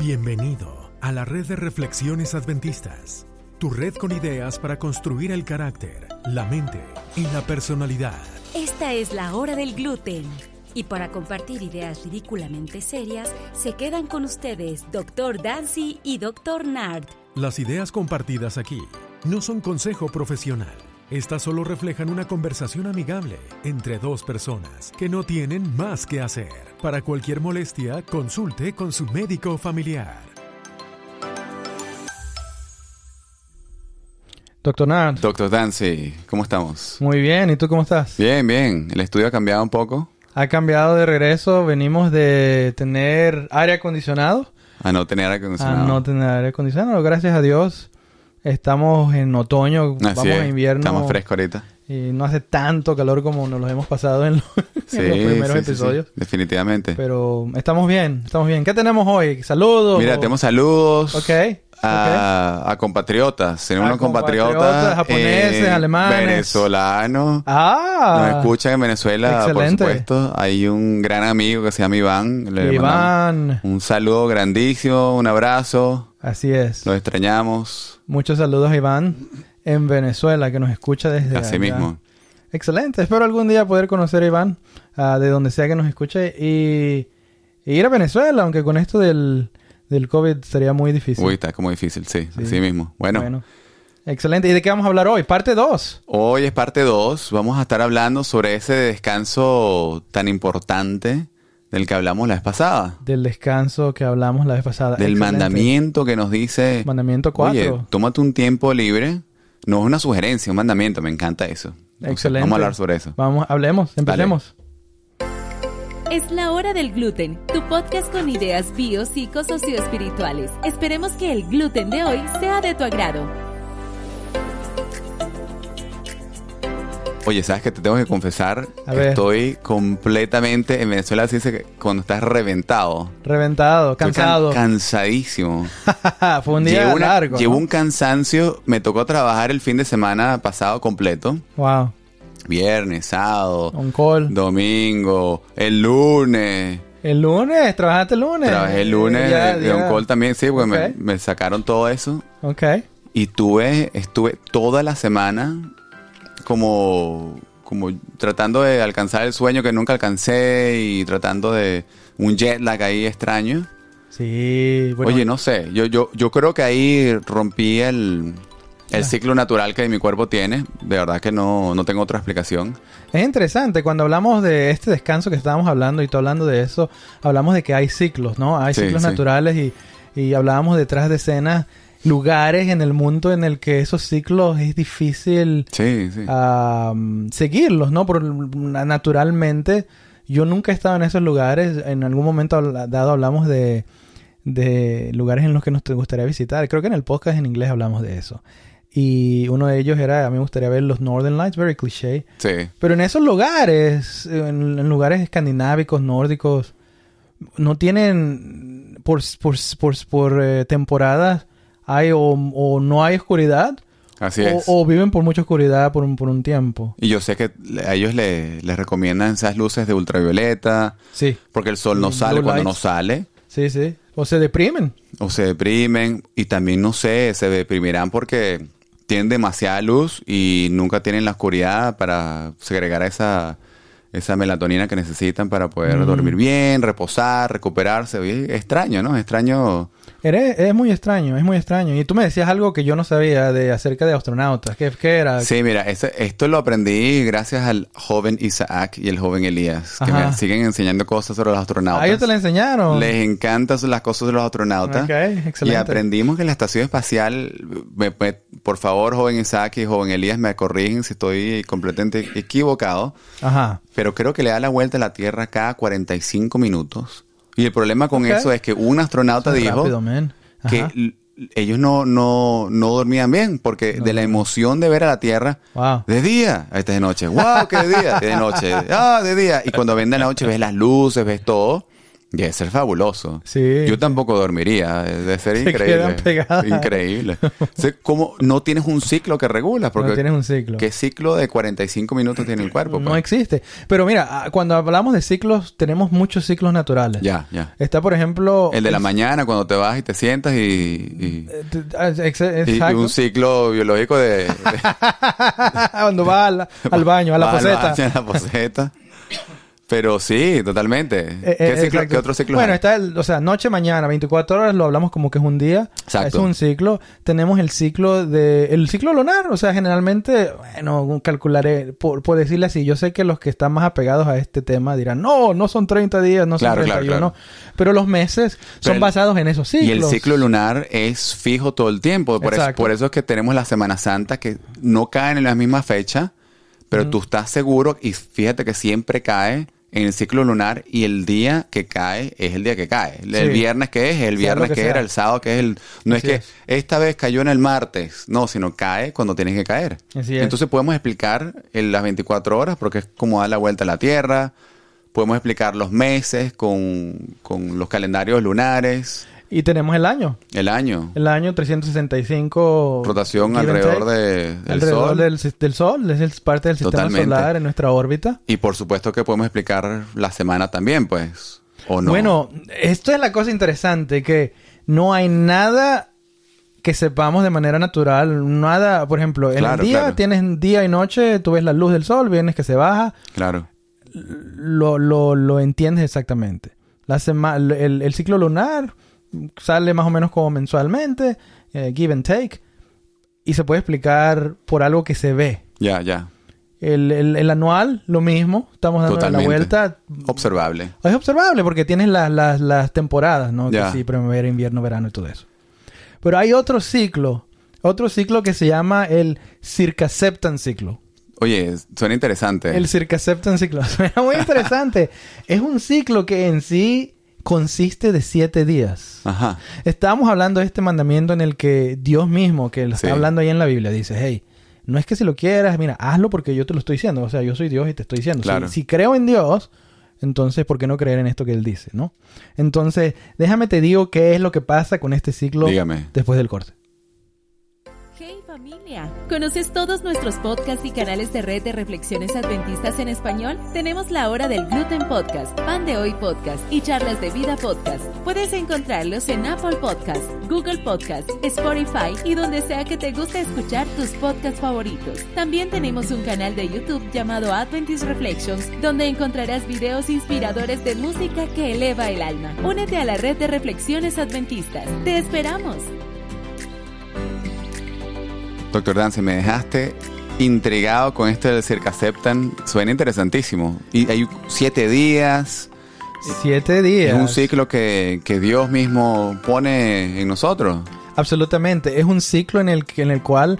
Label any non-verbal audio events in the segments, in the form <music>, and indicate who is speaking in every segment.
Speaker 1: Bienvenido a la red de reflexiones adventistas, tu red con ideas para construir el carácter, la mente y la personalidad.
Speaker 2: Esta es la hora del gluten. Y para compartir ideas ridículamente serias, se quedan con ustedes Dr. Dancy y Dr. Nard.
Speaker 1: Las ideas compartidas aquí no son consejo profesional. Estas solo reflejan una conversación amigable entre dos personas que no tienen más que hacer. Para cualquier molestia, consulte con su médico familiar.
Speaker 3: Doctor Nard,
Speaker 4: Doctor Dancy, ¿cómo estamos?
Speaker 3: muy bien. ¿Y tú cómo estás?
Speaker 4: Bien, bien. El estudio ha cambiado un poco.
Speaker 3: Ha cambiado de regreso. Venimos de tener aire acondicionado
Speaker 4: A no tener aire
Speaker 3: a
Speaker 4: acondicionado.
Speaker 3: Ah, no tener aire acondicionado. Gracias a Dios. Estamos en otoño,
Speaker 4: Así
Speaker 3: vamos
Speaker 4: es.
Speaker 3: a invierno.
Speaker 4: Estamos frescos ahorita.
Speaker 3: Y no hace tanto calor como nos lo <laughs> hemos pasado en, los- en los primeros
Speaker 4: sí, sí,
Speaker 3: episodios.
Speaker 4: sí. Definitivamente.
Speaker 3: Pero estamos bien, estamos bien. ¿Qué tenemos hoy? Saludos.
Speaker 4: Mira, tenemos saludos
Speaker 3: Ok,
Speaker 4: a, a compatriotas. Tenemos
Speaker 3: A
Speaker 4: unos compatriotas,
Speaker 3: compatriotas, japoneses, alemanes.
Speaker 4: venezolanos.
Speaker 3: Ah,
Speaker 4: Nos escuchan en Venezuela,
Speaker 3: Excelente.
Speaker 4: por supuesto. Hay un gran amigo que se llama Iván. Le mandamos
Speaker 3: Iván.
Speaker 4: Un saludo grandísimo, un abrazo.
Speaker 3: Así es.
Speaker 4: Los extrañamos.
Speaker 3: Muchos saludos a Iván en Venezuela que nos escucha desde
Speaker 4: Así
Speaker 3: allá.
Speaker 4: mismo.
Speaker 3: Excelente, espero algún día poder conocer a Iván ah, de donde sea que nos escuche y, y ir a Venezuela, aunque con esto del, del COVID sería muy difícil.
Speaker 4: Uy, está como difícil, sí.
Speaker 3: Sí.
Speaker 4: Así mismo. bueno.
Speaker 3: Excelente, ¿y de qué vamos a hablar hoy? Parte 2.
Speaker 4: Hoy es parte 2, vamos a estar hablando sobre ese descanso tan importante del que hablamos la vez pasada,
Speaker 3: Del descanso que hablamos la vez pasada.
Speaker 4: del
Speaker 3: Ah, Excelente.
Speaker 4: mandamiento que nos dice,
Speaker 3: Mandamiento
Speaker 4: oye,
Speaker 3: 4.
Speaker 4: tómate un tiempo libre, no es una sugerencia, un mandamiento, me encanta eso. Entonces,
Speaker 3: Excelente.
Speaker 4: Vamos a hablar sobre eso.
Speaker 3: Vamos, hablemos, empecemos.
Speaker 2: Es la hora del gluten, tu podcast con ideas bio, psico, socioespirituales. Esperemos que el gluten de hoy sea de tu agrado.
Speaker 4: Oye, sabes que te tengo que confesar
Speaker 3: A
Speaker 4: que
Speaker 3: ver.
Speaker 4: estoy completamente en Venezuela, así dice que cuando estás reventado,
Speaker 3: Reventado,
Speaker 4: Estoy can-
Speaker 3: cansado.
Speaker 4: cansadísimo.
Speaker 3: <laughs> Fue un día
Speaker 4: Llevo una-
Speaker 3: largo.
Speaker 4: llevo
Speaker 3: ¿no?
Speaker 4: un cansancio, me tocó trabajar el fin de semana pasado completo.
Speaker 3: Wow,
Speaker 4: Viernes, sábado,
Speaker 3: un call.
Speaker 4: domingo, el lunes.
Speaker 3: El lunes, trabajaste el lunes.
Speaker 4: Trabajé el lunes
Speaker 3: Ya,
Speaker 4: de, de
Speaker 3: ya.
Speaker 4: on call también, sí, porque me-
Speaker 3: Ok.
Speaker 4: me, sacaron todo eso.
Speaker 3: Ok.
Speaker 4: Y tuve, estuve toda la semana como, como tratando de alcanzar el sueño que nunca alcancé y tratando de un jet lag ahí extraño.
Speaker 3: Sí, bueno.
Speaker 4: Oye, no sé, yo, yo, yo creo que ahí rompí el,
Speaker 3: Ah.
Speaker 4: el ciclo natural que mi cuerpo tiene. De verdad que no, no tengo otra explicación.
Speaker 3: Es interesante, cuando hablamos de este descanso que estábamos hablando y tú hablando de eso, hablamos de que hay ciclos, ¿no? Hay
Speaker 4: Sí,
Speaker 3: ciclos
Speaker 4: sí.
Speaker 3: naturales y, y hablábamos detrás de escenas, lugares en el mundo en el que esos ciclos es difícil
Speaker 4: Sí, sí.
Speaker 3: a mm, seguirlos, ¿no? Por, na- naturalmente, yo nunca he estado en esos lugares. En algún momento habla- dado hablamos de, de lugares en los que nos te gustaría visitar. Creo que en el podcast en inglés hablamos de eso. Y uno de ellos era, a mí me gustaría ver los Northern Lights, very cliché.
Speaker 4: Sí.
Speaker 3: Pero en esos lugares, en, en lugares escandinávicos, nórdicos, no tienen por, por, por, por, eh, temporadas, hay o, o no hay oscuridad
Speaker 4: Así
Speaker 3: o,
Speaker 4: es.
Speaker 3: o viven por mucha oscuridad por un, por un tiempo.
Speaker 4: Y yo sé que le- a ellos le- les recomiendan esas luces de ultravioleta,
Speaker 3: Sí.
Speaker 4: porque el sol no
Speaker 3: Blue
Speaker 4: sale cuando no
Speaker 3: Mm, lights.
Speaker 4: sale,
Speaker 3: Sí, sí. O se deprimen.
Speaker 4: o se deprimen, y también no sé, se deprimirán porque tienen demasiada luz y nunca tienen la oscuridad para segregar esa, esa melatonina que necesitan para poder dormir bien, reposar, recuperarse. Oye, extraño, ¿no? Extraño.
Speaker 3: Eres- es muy extraño, es muy extraño. Y tú me decías algo que yo no sabía de acerca de astronautas. ¿Qué, qué era?
Speaker 4: Sí, mira, ese- esto lo aprendí gracias al joven Isaac y el joven Elías, que
Speaker 3: Ajá.
Speaker 4: me siguen enseñando cosas sobre los astronautas.
Speaker 3: ¿A ellos te la enseñaron?
Speaker 4: Les encantan las cosas de los astronautas.
Speaker 3: Ok, excelente.
Speaker 4: Y aprendimos que la estación espacial, me- me- por favor, joven Isaac y joven Elías, me corrigen si estoy completamente equivocado,
Speaker 3: Ajá.
Speaker 4: pero creo que le da la vuelta a la Tierra cada 45 minutos. Y el problema con
Speaker 3: Ok.
Speaker 4: eso es que un astronauta
Speaker 3: Son
Speaker 4: dijo
Speaker 3: rápido, man. Ajá.
Speaker 4: que l- ellos no, no, no dormían bien porque de la emoción de ver a la Tierra,
Speaker 3: Wow.
Speaker 4: de día, este es de noche. ¡Wow! ¡Qué de día! De noche. ¡Ah! De día. Y cuando ven de noche, ves las luces, ves todo. Debe ser fabuloso.
Speaker 3: Sí.
Speaker 4: Yo tampoco dormiría, debe ser
Speaker 3: Se quedan
Speaker 4: increíble.
Speaker 3: pegadas.
Speaker 4: Increíble. O sea, ¿cómo no tienes un ciclo que regulas? Porque
Speaker 3: no tienes un ciclo.
Speaker 4: ¿Qué ciclo de 45 minutos tiene el cuerpo?
Speaker 3: No
Speaker 4: pues?
Speaker 3: existe. Pero mira, ah, cuando hablamos de ciclos, tenemos muchos ciclos naturales.
Speaker 4: Ya, ya.
Speaker 3: Está, por ejemplo...
Speaker 4: El de la
Speaker 3: es-
Speaker 4: mañana cuando te vas y te sientas y,
Speaker 3: eh, t- ah, ex-
Speaker 4: y- y
Speaker 3: Exacto. <laughs>
Speaker 4: un ciclo biológico de... de-
Speaker 3: cuando vas al, <laughs> al baño, a
Speaker 4: <laughs>
Speaker 3: la
Speaker 4: vas al
Speaker 3: poseta.
Speaker 4: baño, a la poseta. Pero sí,
Speaker 3: <laughs>
Speaker 4: totalmente.
Speaker 3: Eh, eh,
Speaker 4: ¿Qué, ciclo,
Speaker 3: exacto.
Speaker 4: ¿Qué otro ciclo
Speaker 3: Bueno,
Speaker 4: hay?
Speaker 3: está el, o sea, noche, mañana, 24 horas, lo hablamos como que es un día.
Speaker 4: Exacto.
Speaker 3: Es un ciclo. Tenemos el ciclo de, el ciclo lunar, o sea, generalmente, bueno, calcularé, por, por decirle así, yo sé que los que están más apegados a este tema dirán, no, no son 30 días, no
Speaker 4: Claro,
Speaker 3: son
Speaker 4: claro,
Speaker 3: 31, pero los meses son
Speaker 4: Pero el-
Speaker 3: basados en esos ciclos.
Speaker 4: Y el ciclo lunar es fijo todo el tiempo. Por eso,
Speaker 3: Exacto.
Speaker 4: por eso es que tenemos la Semana Santa que no caen en la misma fecha, pero tú estás seguro y fíjate que siempre cae en el ciclo lunar y el día que cae es el día que cae. El
Speaker 3: Sí.
Speaker 4: viernes que es, el
Speaker 3: Sea lo
Speaker 4: viernes
Speaker 3: que
Speaker 4: que,
Speaker 3: sea.
Speaker 4: era, el sábado que es el... No
Speaker 3: Así
Speaker 4: es que
Speaker 3: es.
Speaker 4: esta vez cayó en el martes, no, sino cae cuando tienes que caer.
Speaker 3: Así es.
Speaker 4: Entonces podemos explicar en las 24 horas porque es como da la vuelta a la Tierra. Podemos explicar los meses con, con los calendarios lunares,
Speaker 3: Y tenemos el año.
Speaker 4: el año.
Speaker 3: El año 365.
Speaker 4: rotación
Speaker 3: give and
Speaker 4: alrededor
Speaker 3: take,
Speaker 4: de- del
Speaker 3: alrededor
Speaker 4: Sol.
Speaker 3: Del, sis- del Sol. Es el- parte del sistema
Speaker 4: Totalmente.
Speaker 3: solar en nuestra órbita.
Speaker 4: Y por supuesto que podemos explicar la semana también, pues. ¿O no?
Speaker 3: Bueno, esto es la cosa interesante, que no hay nada que sepamos de manera natural, nada, por ejemplo, en
Speaker 4: Claro,
Speaker 3: el día
Speaker 4: claro.
Speaker 3: tienes día y noche, tú ves la luz del sol, vienes que se baja,
Speaker 4: Claro.
Speaker 3: lo, lo, lo entiendes exactamente. La sema- el, el ciclo lunar sale más o menos como mensualmente, eh, give and take, y se puede explicar por algo que se ve.
Speaker 4: Ya, ya.
Speaker 3: El, el- el anual, lo mismo, estamos dando la
Speaker 4: Totalmente.
Speaker 3: vuelta,
Speaker 4: Observable.
Speaker 3: es observable porque tienes las, las, las temporadas, ¿no?
Speaker 4: Ya.
Speaker 3: Que sí, primavera, invierno, verano y todo eso. Pero hay otro ciclo, otro ciclo que se llama el circaceptan ciclo.
Speaker 4: Oye, suena interesante.
Speaker 3: El circaceptan ciclo. <laughs> Suena muy interesante. es un ciclo que en sí consiste de siete días.
Speaker 4: Ajá.
Speaker 3: Estábamos hablando de este mandamiento en el que Dios mismo, que lo está
Speaker 4: Sí.
Speaker 3: hablando ahí en la Biblia, dice, hey, no es que si lo quieras, mira, hazlo porque yo te lo estoy diciendo. O sea, yo soy Dios y te estoy diciendo. Si-
Speaker 4: Claro.
Speaker 3: Si, creo en Dios, entonces, ¿por qué no creer en esto que Él dice, no? Entonces, déjame te digo qué es lo que pasa con este ciclo
Speaker 4: Dígame.
Speaker 3: después del corte.
Speaker 5: Hey familia, ¿conoces todos nuestros podcasts y canales de red de reflexiones adventistas en español? Tenemos la hora del gluten podcast, pan de hoy podcast y charlas de vida podcast. Puedes encontrarlos en Apple Podcast, Google Podcast, Spotify y donde sea que te guste escuchar tus podcasts favoritos. También tenemos un canal de YouTube llamado Adventist Reflections, donde encontrarás videos inspiradores de música que eleva el alma. Únete a la red de reflexiones adventistas. Te esperamos.
Speaker 4: Doctor Dance, me dejaste intrigado con esto del Circaceptan. Suena interesantísimo. Y hay siete días.
Speaker 3: Siete días.
Speaker 4: Es un ciclo que, que Dios mismo pone en nosotros.
Speaker 3: Absolutamente. Es un ciclo en el, que- en el cual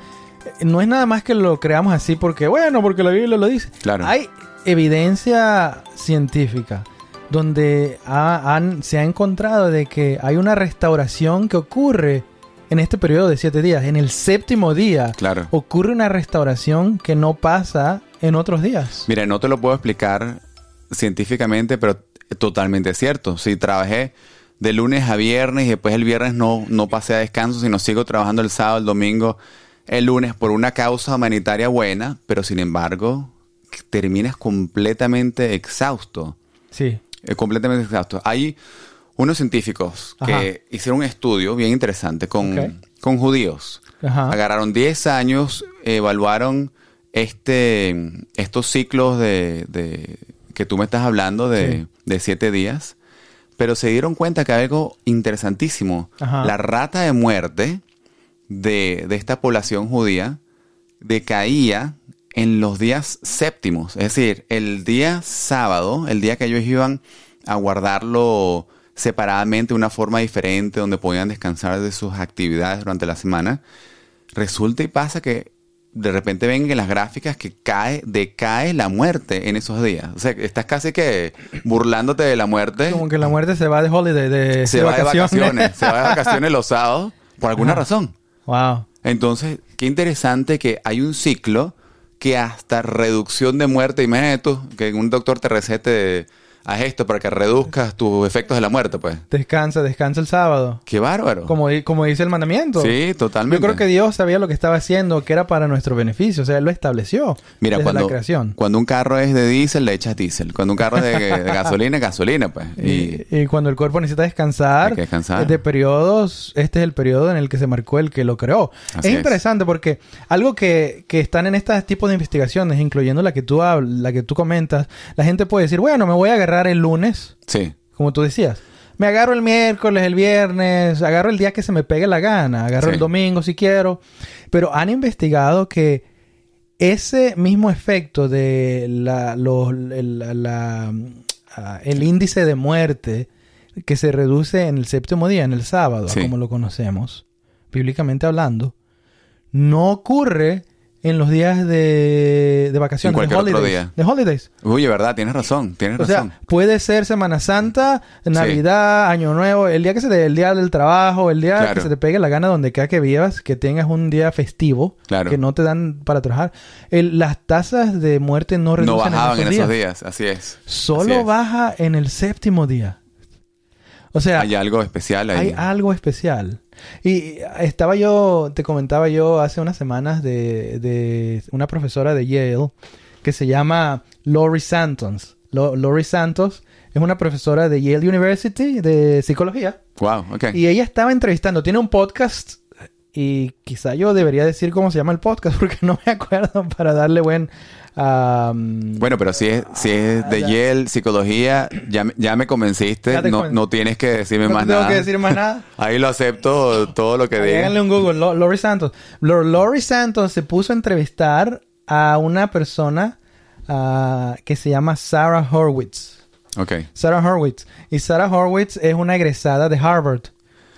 Speaker 3: eh, no es nada más que lo creamos así porque, bueno, porque la Biblia lo dice.
Speaker 4: Claro.
Speaker 3: Hay evidencia científica donde ha- han- se ha encontrado de que hay una restauración que ocurre en este periodo de siete días. En el séptimo día
Speaker 4: Claro.
Speaker 3: ocurre una restauración que no pasa en otros días.
Speaker 4: Mira, no te lo puedo explicar científicamente, pero totalmente cierto. Si trabajé de lunes a viernes y después el viernes no, no pasé a descanso, sino sigo trabajando el sábado, el domingo, el lunes por una causa humanitaria buena, pero sin embargo terminas completamente exhausto.
Speaker 3: Sí.
Speaker 4: Eh, completamente exacto. Hay unos científicos
Speaker 3: Ajá.
Speaker 4: que hicieron un estudio bien interesante con,
Speaker 3: Ok.
Speaker 4: con judíos.
Speaker 3: Ajá.
Speaker 4: Agarraron 10 años, evaluaron este, estos ciclos de, de- que tú me estás hablando de, de siete días, pero se dieron cuenta que hay algo interesantísimo.
Speaker 3: Ajá.
Speaker 4: La rata de muerte de, de esta población judía decaía en los días séptimos. Es decir, el día sábado, el día que ellos iban a guardarlo separadamente de una forma diferente, donde podían descansar de sus actividades durante la semana, resulta y pasa que de repente ven en las gráficas que cae, decae la muerte en esos días. O sea, estás casi que burlándote de la muerte
Speaker 3: Como que la muerte se va de holiday, de,
Speaker 4: se
Speaker 3: de
Speaker 4: va de vacaciones, se va de vacaciones los sábados por alguna razón.
Speaker 3: <laughs> wow.
Speaker 4: Entonces, qué interesante que hay un ciclo que hasta reducción de muerte, imagínate tú, que un doctor te recete haz esto para que reduzcas tus efectos de la muerte, pues.
Speaker 3: Descansa, descansa el sábado.
Speaker 4: Qué bárbaro.
Speaker 3: Como, di- como dice el mandamiento.
Speaker 4: Sí,
Speaker 3: Yo
Speaker 4: totalmente.
Speaker 3: creo que Dios sabía lo que estaba haciendo, que era para nuestro beneficio. O sea, Él lo estableció
Speaker 4: Mira,
Speaker 3: desde
Speaker 4: cuando,
Speaker 3: la creación.
Speaker 4: cuando un carro es de diésel, le echas diésel. Cuando un carro es de,
Speaker 3: <laughs>
Speaker 4: de gasolina, gasolina, pues. Y,
Speaker 3: Y, y cuando el cuerpo necesita descansar,
Speaker 4: Hay que descansar.
Speaker 3: de periodos, este es el periodo en el que se marcó el que lo creó.
Speaker 4: Así
Speaker 3: es
Speaker 4: es.
Speaker 3: interesante porque algo que, que están en este tipo de investigaciones, incluyendo la que tú habl- la que tú comentas, la gente puede decir, bueno, me voy a agarrar el lunes,
Speaker 4: sí,
Speaker 3: como tú decías. Me agarro el miércoles, el viernes, agarro el día que se me pegue la gana, agarro
Speaker 4: Sí.
Speaker 3: el domingo si quiero. Pero han investigado que ese mismo efecto de la, los- el, la- la- ah, el índice de muerte que se reduce en el séptimo día, en el sábado,
Speaker 4: Sí.
Speaker 3: como lo conocemos, bíblicamente hablando, no ocurre en los días de, de vacaciones, de
Speaker 4: cualquier otro
Speaker 3: holidays,
Speaker 4: día.
Speaker 3: de holidays.
Speaker 4: Uy, verdad, tienes razón, tienes
Speaker 3: O
Speaker 4: razón.
Speaker 3: sea, puede ser Semana Santa, Navidad, Año Nuevo, el día que se te, el día del trabajo, el día que
Speaker 4: Claro.
Speaker 3: se te pegue la gana donde quiera que vivas, que tengas un día festivo,
Speaker 4: Claro.
Speaker 3: que no te dan para trabajar. El- las tasas de muerte no reducen
Speaker 4: no bajaban en
Speaker 3: en
Speaker 4: esos,
Speaker 3: días.
Speaker 4: días. así es.
Speaker 3: Solo
Speaker 4: Así es.
Speaker 3: baja en el séptimo día. O sea,
Speaker 4: Hay algo especial ahí.
Speaker 3: hay algo especial. Y estaba yo, te comentaba yo hace unas semanas de, de una profesora de Yale que se llama Lori Santos. Lo- Lori Santos es una profesora de Yale University de psicología.
Speaker 4: Wow, ok.
Speaker 3: Y ella estaba entrevistando, tiene un podcast y quizá yo debería decir cómo se llama el podcast <laughs> porque no me acuerdo para darle buen... ah,
Speaker 4: Bueno, pero si es, si es de Yale, psicología, ya, me- ya me convenciste.
Speaker 3: Ya te
Speaker 4: no,
Speaker 3: conven-
Speaker 4: no tienes que decirme
Speaker 3: no
Speaker 4: más
Speaker 3: te tengo
Speaker 4: nada.
Speaker 3: que decir más nada.
Speaker 4: Ahí lo acepto todo lo que digas.
Speaker 3: Háganle un Google, Lo- Lori Santos. Lo- Lori Santos se puso a entrevistar a una persona ah, que se llama Sarah Horwitz.
Speaker 4: Ok.
Speaker 3: Sarah Horwitz. Y Sarah Horwitz es una egresada de Harvard.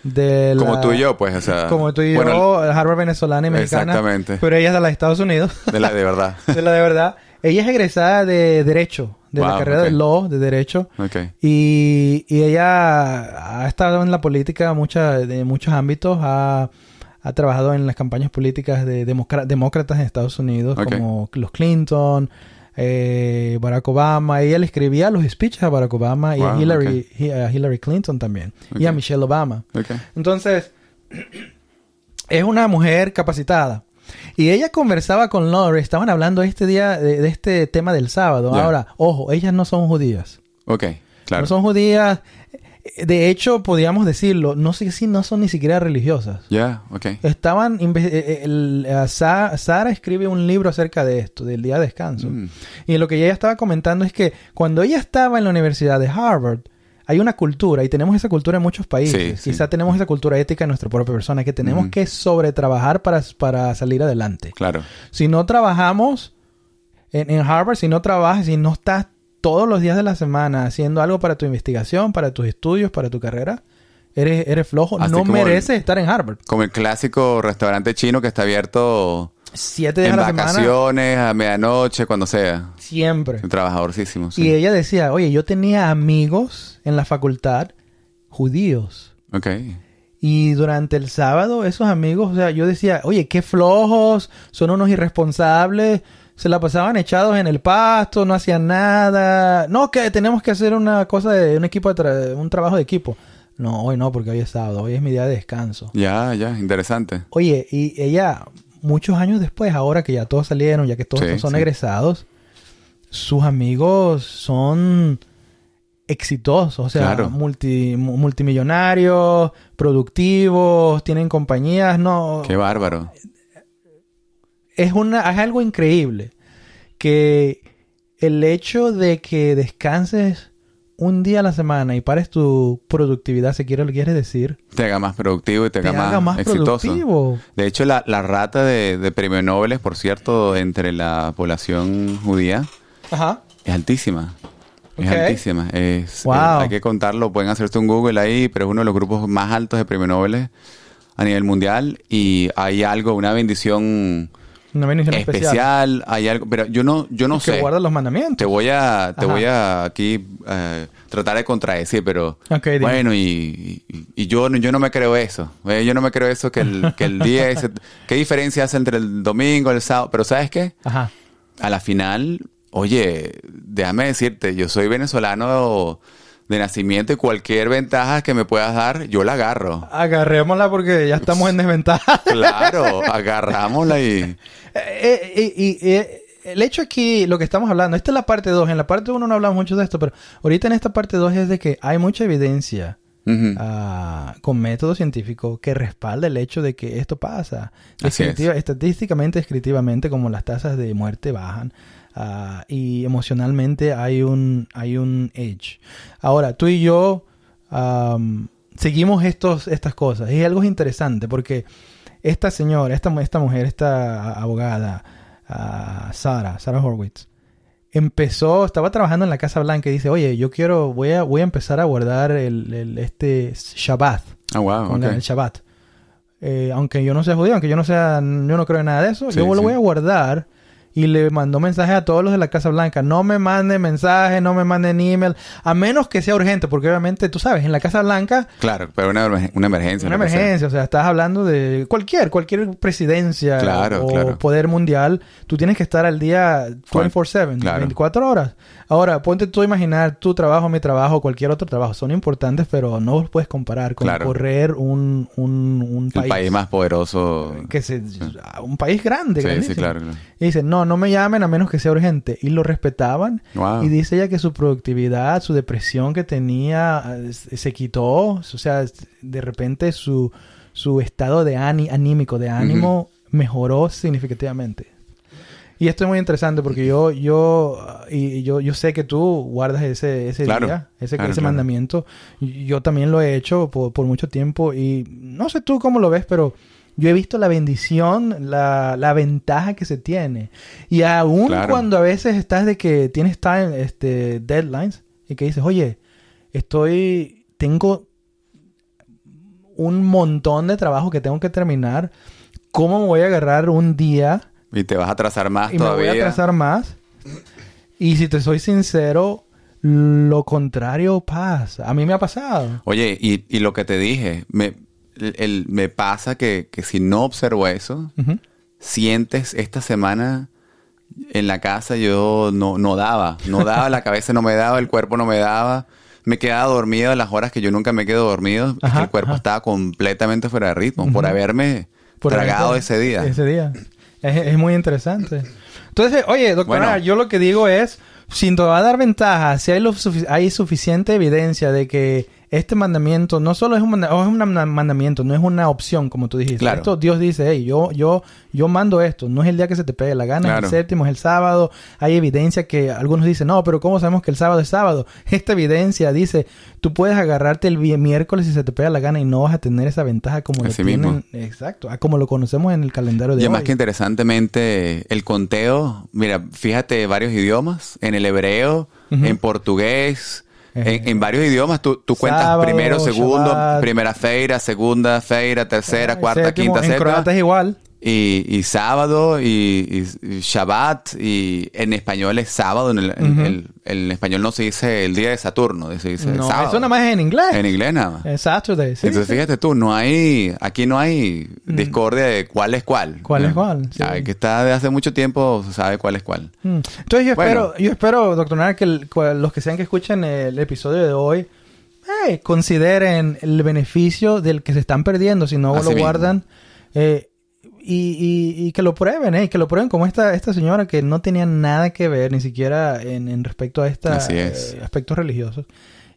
Speaker 3: De la-
Speaker 4: Como tú y yo, pues, o sea.
Speaker 3: Como tú y
Speaker 4: bueno,
Speaker 3: yo, Harvard venezolana y mexicana.
Speaker 4: Exactamente.
Speaker 3: Pero ella es de los Estados
Speaker 4: <laughs>
Speaker 3: Unidos.
Speaker 4: De la de
Speaker 3: <laughs>
Speaker 4: verdad.
Speaker 3: de la de verdad. Ella es egresada de Derecho. De la
Speaker 4: Wow,
Speaker 3: carrera de
Speaker 4: ok.
Speaker 3: Law, de Derecho.
Speaker 4: Ok.
Speaker 3: Y, y ella ha estado en la política mucha, de muchos ámbitos, ha, ha trabajado en las campañas políticas de democra- demócratas en Estados Unidos,
Speaker 4: Ok.
Speaker 3: como los Clinton, eh, Barack Obama. Ella le escribía los speeches a Barack Obama y a
Speaker 4: Wow,
Speaker 3: Hillary, hi- a Hillary Clinton también, y a
Speaker 4: Ok.
Speaker 3: Michelle Obama.
Speaker 4: Ok.
Speaker 3: Entonces, es una mujer capacitada. Y ella conversaba con Lori, estaban hablando este día de, de este tema del sábado.
Speaker 4: Ya.
Speaker 3: Ahora, ojo, ellas no son judías.
Speaker 4: Ok. Claro.
Speaker 3: No son judías. De hecho, podíamos decirlo, no sé si no son ni siquiera religiosas.
Speaker 4: Ya, ok.
Speaker 3: Estaban. inve- eh, el- eh, Sa- Sara escribe un libro acerca de esto, del día de descanso.
Speaker 4: Mm.
Speaker 3: Y lo que ella estaba comentando es que cuando ella estaba en la Universidad de Harvard, hay una cultura, y tenemos esa cultura en muchos países.
Speaker 4: Sí, sí.
Speaker 3: Quizá tenemos esa cultura ética en nuestra propia persona, que tenemos
Speaker 4: Ujú.
Speaker 3: que sobretrabajar para, para salir adelante.
Speaker 4: Claro.
Speaker 3: Si no trabajamos en, en Harvard, si no trabajas, si no estás todos los días de la semana haciendo algo para tu investigación, para tus estudios, para tu carrera, eres, eres flojo.
Speaker 4: Así
Speaker 3: no
Speaker 4: como el-
Speaker 3: mereces estar en Harvard.
Speaker 4: Como el clásico restaurante chino que está abierto
Speaker 3: Siete días
Speaker 4: en
Speaker 3: a la semana.
Speaker 4: vacaciones, a medianoche, cuando sea.
Speaker 3: Siempre.
Speaker 4: Trabajadorcísimo. Sí.
Speaker 3: Y ella decía, oye, yo tenía amigos en la facultad judíos.
Speaker 4: Ok.
Speaker 3: Y durante el sábado, esos amigos, o sea, yo decía, oye, qué flojos, son unos irresponsables, se la pasaban echados en el pasto, no hacían nada. No, que tenemos que hacer una cosa de un equipo, de tra- un trabajo de equipo. No, hoy no, porque hoy es sábado, hoy es mi día de descanso.
Speaker 4: Ya, ya, interesante.
Speaker 3: Oye, y ella, muchos años después, ahora que ya todos salieron, ya que todos
Speaker 4: Sí,
Speaker 3: son
Speaker 4: sí.
Speaker 3: egresados, sus amigos son exitosos, o sea,
Speaker 4: Claro.
Speaker 3: multi- mu- multimillonarios, productivos, tienen compañías, no,
Speaker 4: Qué bárbaro.
Speaker 3: es una es algo increíble que el hecho de que descanses un día a la semana y pares tu productividad, si quieres lo quieres decir,
Speaker 4: Te haga más productivo y te
Speaker 3: te
Speaker 4: haga,
Speaker 3: haga más
Speaker 4: exitoso.
Speaker 3: productivo.
Speaker 4: De hecho, la, la rata de, de premio Nobel, por cierto, entre la población judía
Speaker 3: Ajá.
Speaker 4: es altísima. Es
Speaker 3: Ok.
Speaker 4: altísima. Es,
Speaker 3: Wow.
Speaker 4: eh, hay que contarlo, pueden hacerse un Google ahí, pero es uno de los grupos más altos de premio Nobel a nivel mundial y hay algo, una bendición
Speaker 3: Una bendición
Speaker 4: especial,
Speaker 3: especial.
Speaker 4: hay algo, pero yo no, yo no
Speaker 3: que
Speaker 4: sé.
Speaker 3: guarda los mandamientos.
Speaker 4: Te voy a, te
Speaker 3: Ajá.
Speaker 4: voy a aquí eh, tratar de contradecir, pero
Speaker 3: Ok, dime.
Speaker 4: bueno, y, y- y yo, no- yo no me creo eso. Eh, yo no me creo eso que el, que el
Speaker 3: <laughs>
Speaker 4: día ese- ¿Qué diferencia hace entre el domingo y el sábado? Pero ¿sabes qué?
Speaker 3: Ajá.
Speaker 4: A la final, oye, déjame decirte, yo soy venezolano de nacimiento y cualquier ventaja que me puedas dar, yo la agarro.
Speaker 3: Agarrémosla porque ya estamos en desventaja.
Speaker 4: Claro, agarrámosla y...
Speaker 3: <laughs> Eh, eh, y- y, eh, el hecho aquí, lo que estamos hablando, esta es la parte 2. En la parte 1 no hablamos mucho de esto, pero ahorita en esta parte 2 es de que hay mucha evidencia
Speaker 4: Ujú.
Speaker 3: ah, con método científico que respalda el hecho de que esto pasa.
Speaker 4: Así es.
Speaker 3: Descriptiva- Estadísticamente, descriptivamente, como las tasas de muerte bajan. ah, y emocionalmente hay un, hay un edge. Ahora, tú y yo am, seguimos estos, estas cosas. Y algo interesante porque esta señora, esta, mu- esta mujer, esta abogada, ah, Sara, Sara Horwitz, empezó, estaba trabajando en la Casa Blanca y dice, oye, yo quiero, voy a, voy a empezar a guardar el, el- este Shabbat,
Speaker 4: Ah, wow,
Speaker 3: con la-
Speaker 4: ok.
Speaker 3: el Shabbat. Eh, aunque yo no sea judío, aunque yo no sea, yo no creo en nada de eso,
Speaker 4: Sí,
Speaker 3: yo lo
Speaker 4: sí.
Speaker 3: voy a guardar. Y le mandó mensaje a todos los de la Casa Blanca. No me manden mensaje, no me manden email. A menos que sea urgente, porque obviamente, tú sabes, en la Casa Blanca
Speaker 4: Claro, pero una, emergen- una emergencia.
Speaker 3: una
Speaker 4: lo que sea.
Speaker 3: emergencia, o sea, estás hablando de cualquier, cualquier presidencia
Speaker 4: Claro,
Speaker 3: o
Speaker 4: claro.
Speaker 3: poder mundial, tú tienes que estar al día 24/7,
Speaker 4: Claro.
Speaker 3: 24 horas. Ahora, ponte tú a imaginar tu trabajo, mi trabajo, cualquier otro trabajo, son importantes, pero no los puedes comparar con
Speaker 4: Claro.
Speaker 3: correr un, un, un
Speaker 4: El país.
Speaker 3: país,
Speaker 4: más poderoso.
Speaker 3: que se, ah, un país grande,
Speaker 4: Sí, sí,
Speaker 3: grandísimo.
Speaker 4: claro, claro.
Speaker 3: Y dice, no, no me llamen a menos que sea urgente. Y lo respetaban.
Speaker 4: Wow.
Speaker 3: Y dice ella que su productividad, su depresión que tenía, eh, se se quitó. O sea, de repente su, su estado de ani- anímico, de ánimo, mejoró significativamente. Y esto es muy interesante porque yo, yo, ah, y y yo, yo sé que tú guardas ese, ese
Speaker 4: Claro,
Speaker 3: día, ese,
Speaker 4: claro,
Speaker 3: ese
Speaker 4: claro.
Speaker 3: mandamiento. Y Yo también lo he hecho por, por mucho tiempo y no sé tú cómo lo ves, pero yo he visto la bendición, la, la ventaja que se tiene. Y aún
Speaker 4: Claro.
Speaker 3: cuando a veces estás de que tienes time, este, deadlines y que dices, oye, estoy, tengo un montón de trabajo que tengo que terminar. ¿Cómo me voy a agarrar un día?
Speaker 4: Y te vas a atrasar más
Speaker 3: y
Speaker 4: Ah, todavía.
Speaker 3: me voy a atrasar más. Y si te soy sincero, lo contrario pasa. A mí me ha pasado.
Speaker 4: Oye, y, y lo que te dije, me, el- el- me pasa que, que si no observo eso,
Speaker 3: Ujú.
Speaker 4: sientes esta semana en la casa yo no, no daba, no
Speaker 3: <laughs>
Speaker 4: daba, la cabeza no me daba, el cuerpo no me daba, me quedaba dormido a las horas que yo nunca me quedo dormido, es que
Speaker 3: Ajá,
Speaker 4: el cuerpo
Speaker 3: ajá.
Speaker 4: estaba completamente fuera de ritmo por haberme
Speaker 3: Por
Speaker 4: tragado
Speaker 3: ahorita-
Speaker 4: ese día.
Speaker 3: Ese día. Es, es muy interesante. Entonces, oye, doctora,
Speaker 4: Bueno.
Speaker 3: yo lo que digo es, sin te va a dar ventaja, si hay, lo sufi- hay suficiente evidencia de que este mandamiento no solo es un, manda- o es un manda- mandamiento, no es una opción, como tú dijiste.
Speaker 4: Claro.
Speaker 3: Esto Dios dice, hey, yo, yo, yo mando esto, no es el día que se te pegue la gana, es
Speaker 4: Claro.
Speaker 3: el séptimo, es el sábado. Hay evidencia que algunos dicen, no, pero ¿cómo sabemos que el sábado es sábado? Esta evidencia dice, tú puedes agarrarte el vi- miércoles si se te pega la gana y no vas a tener esa ventaja como lo
Speaker 4: Así mismo.
Speaker 3: tienen- Exacto, ah, como lo conocemos en el calendario de
Speaker 4: Y
Speaker 3: hoy.
Speaker 4: más que interesantemente, el conteo, mira, fíjate varios idiomas, en el hebreo,
Speaker 3: Ujú.
Speaker 4: en portugués,
Speaker 3: Ejé.
Speaker 4: en, en varios idiomas, tú, tú cuentas
Speaker 3: Sábado,
Speaker 4: primero, segundo,
Speaker 3: Shabbat.
Speaker 4: primera feira, segunda feira, tercera,
Speaker 3: Ah,
Speaker 4: cuarta,
Speaker 3: séptimo,
Speaker 4: quinta,
Speaker 3: En
Speaker 4: sexta.
Speaker 3: croata es igual.
Speaker 4: Y, y sábado y, y- y Shabbat y en español es sábado, en, el, en
Speaker 3: Ujú.
Speaker 4: el- en español no se dice el día de Saturno, se dice
Speaker 3: No,
Speaker 4: sábado.
Speaker 3: eso nada más es en inglés.
Speaker 4: En inglés nada más.
Speaker 3: Es Saturday, sí. Mm.
Speaker 4: Entonces, fíjate tú, no hay, aquí no hay discordia de cuál es cuál.
Speaker 3: ¿Cuál es
Speaker 4: Eh,
Speaker 3: cuál? Sí.
Speaker 4: ah, que está de hace mucho tiempo, se sabe cuál es cuál.
Speaker 3: Mm. Entonces yo
Speaker 4: Bueno.
Speaker 3: espero, yo espero, doctor Nara, que el- cua- los que sean que escuchen el episodio de hoy, eh, consideren el beneficio del que se están perdiendo si no
Speaker 4: Así
Speaker 3: lo
Speaker 4: mismo.
Speaker 3: guardan. eh, y, y- y que lo prueben, eh, que lo prueben como esta, esta señora que no tenía nada que ver, ni siquiera en, en respecto a esta
Speaker 4: Así es.
Speaker 3: eh, aspectos religiosos.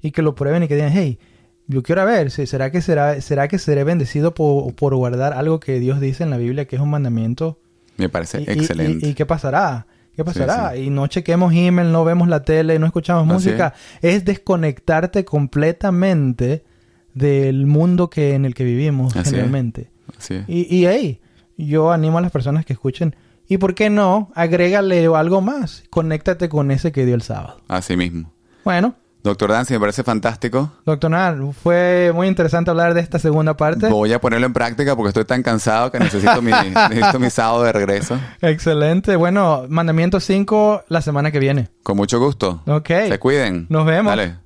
Speaker 3: Y que lo prueben y que digan, hey, yo quiero a ver, si- ¿será que será, será que seré bendecido por, por guardar algo que Dios dice en la Biblia que es un mandamiento?
Speaker 4: Me parece
Speaker 3: Y- y-
Speaker 4: excelente.
Speaker 3: Y, y qué pasará? ¿Qué pasará?
Speaker 4: sí.
Speaker 3: Y no chequemos email, no vemos la tele, no escuchamos
Speaker 4: Así
Speaker 3: música. Es. desconectarte completamente del mundo que en el que vivimos
Speaker 4: Así es.
Speaker 3: generalmente.
Speaker 4: Así es.
Speaker 3: Y, y ahí, yo animo a las personas que escuchen. ¿Y por qué no? Agrégale algo más. Conéctate con ese que dio el sábado.
Speaker 4: Así mismo.
Speaker 3: Bueno,
Speaker 4: Doctor Dancy, me parece fantástico.
Speaker 3: doctor Nar, fue muy interesante hablar de esta segunda parte.
Speaker 4: Voy a ponerlo en práctica porque estoy tan cansado que necesito
Speaker 3: <laughs>
Speaker 4: mi, necesito mi sábado de regreso.
Speaker 3: Excelente. Bueno, mandamiento 5 la semana que viene.
Speaker 4: Con mucho gusto.
Speaker 3: Ok.
Speaker 4: Se cuiden.
Speaker 3: Nos vemos.
Speaker 4: Dale.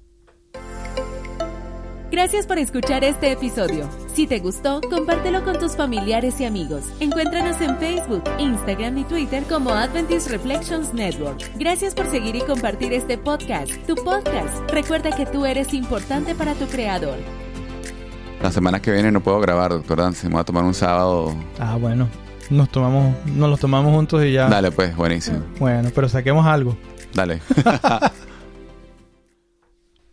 Speaker 5: Gracias por escuchar este episodio. Si te gustó, compártelo con tus familiares y amigos. Encuéntranos en Facebook, Instagram y Twitter como Adventist Reflections Network. Gracias por seguir y compartir este podcast, tu podcast. Recuerda que tú eres importante para tu creador.
Speaker 4: La semana que viene no puedo grabar, doctor Dancy. Me voy a tomar un sábado.
Speaker 3: Ah, bueno. Nos tomamos, nos los tomamos juntos y ya.
Speaker 4: Dale, pues, buenísimo.
Speaker 3: Bueno, pero saquemos algo.
Speaker 4: Dale.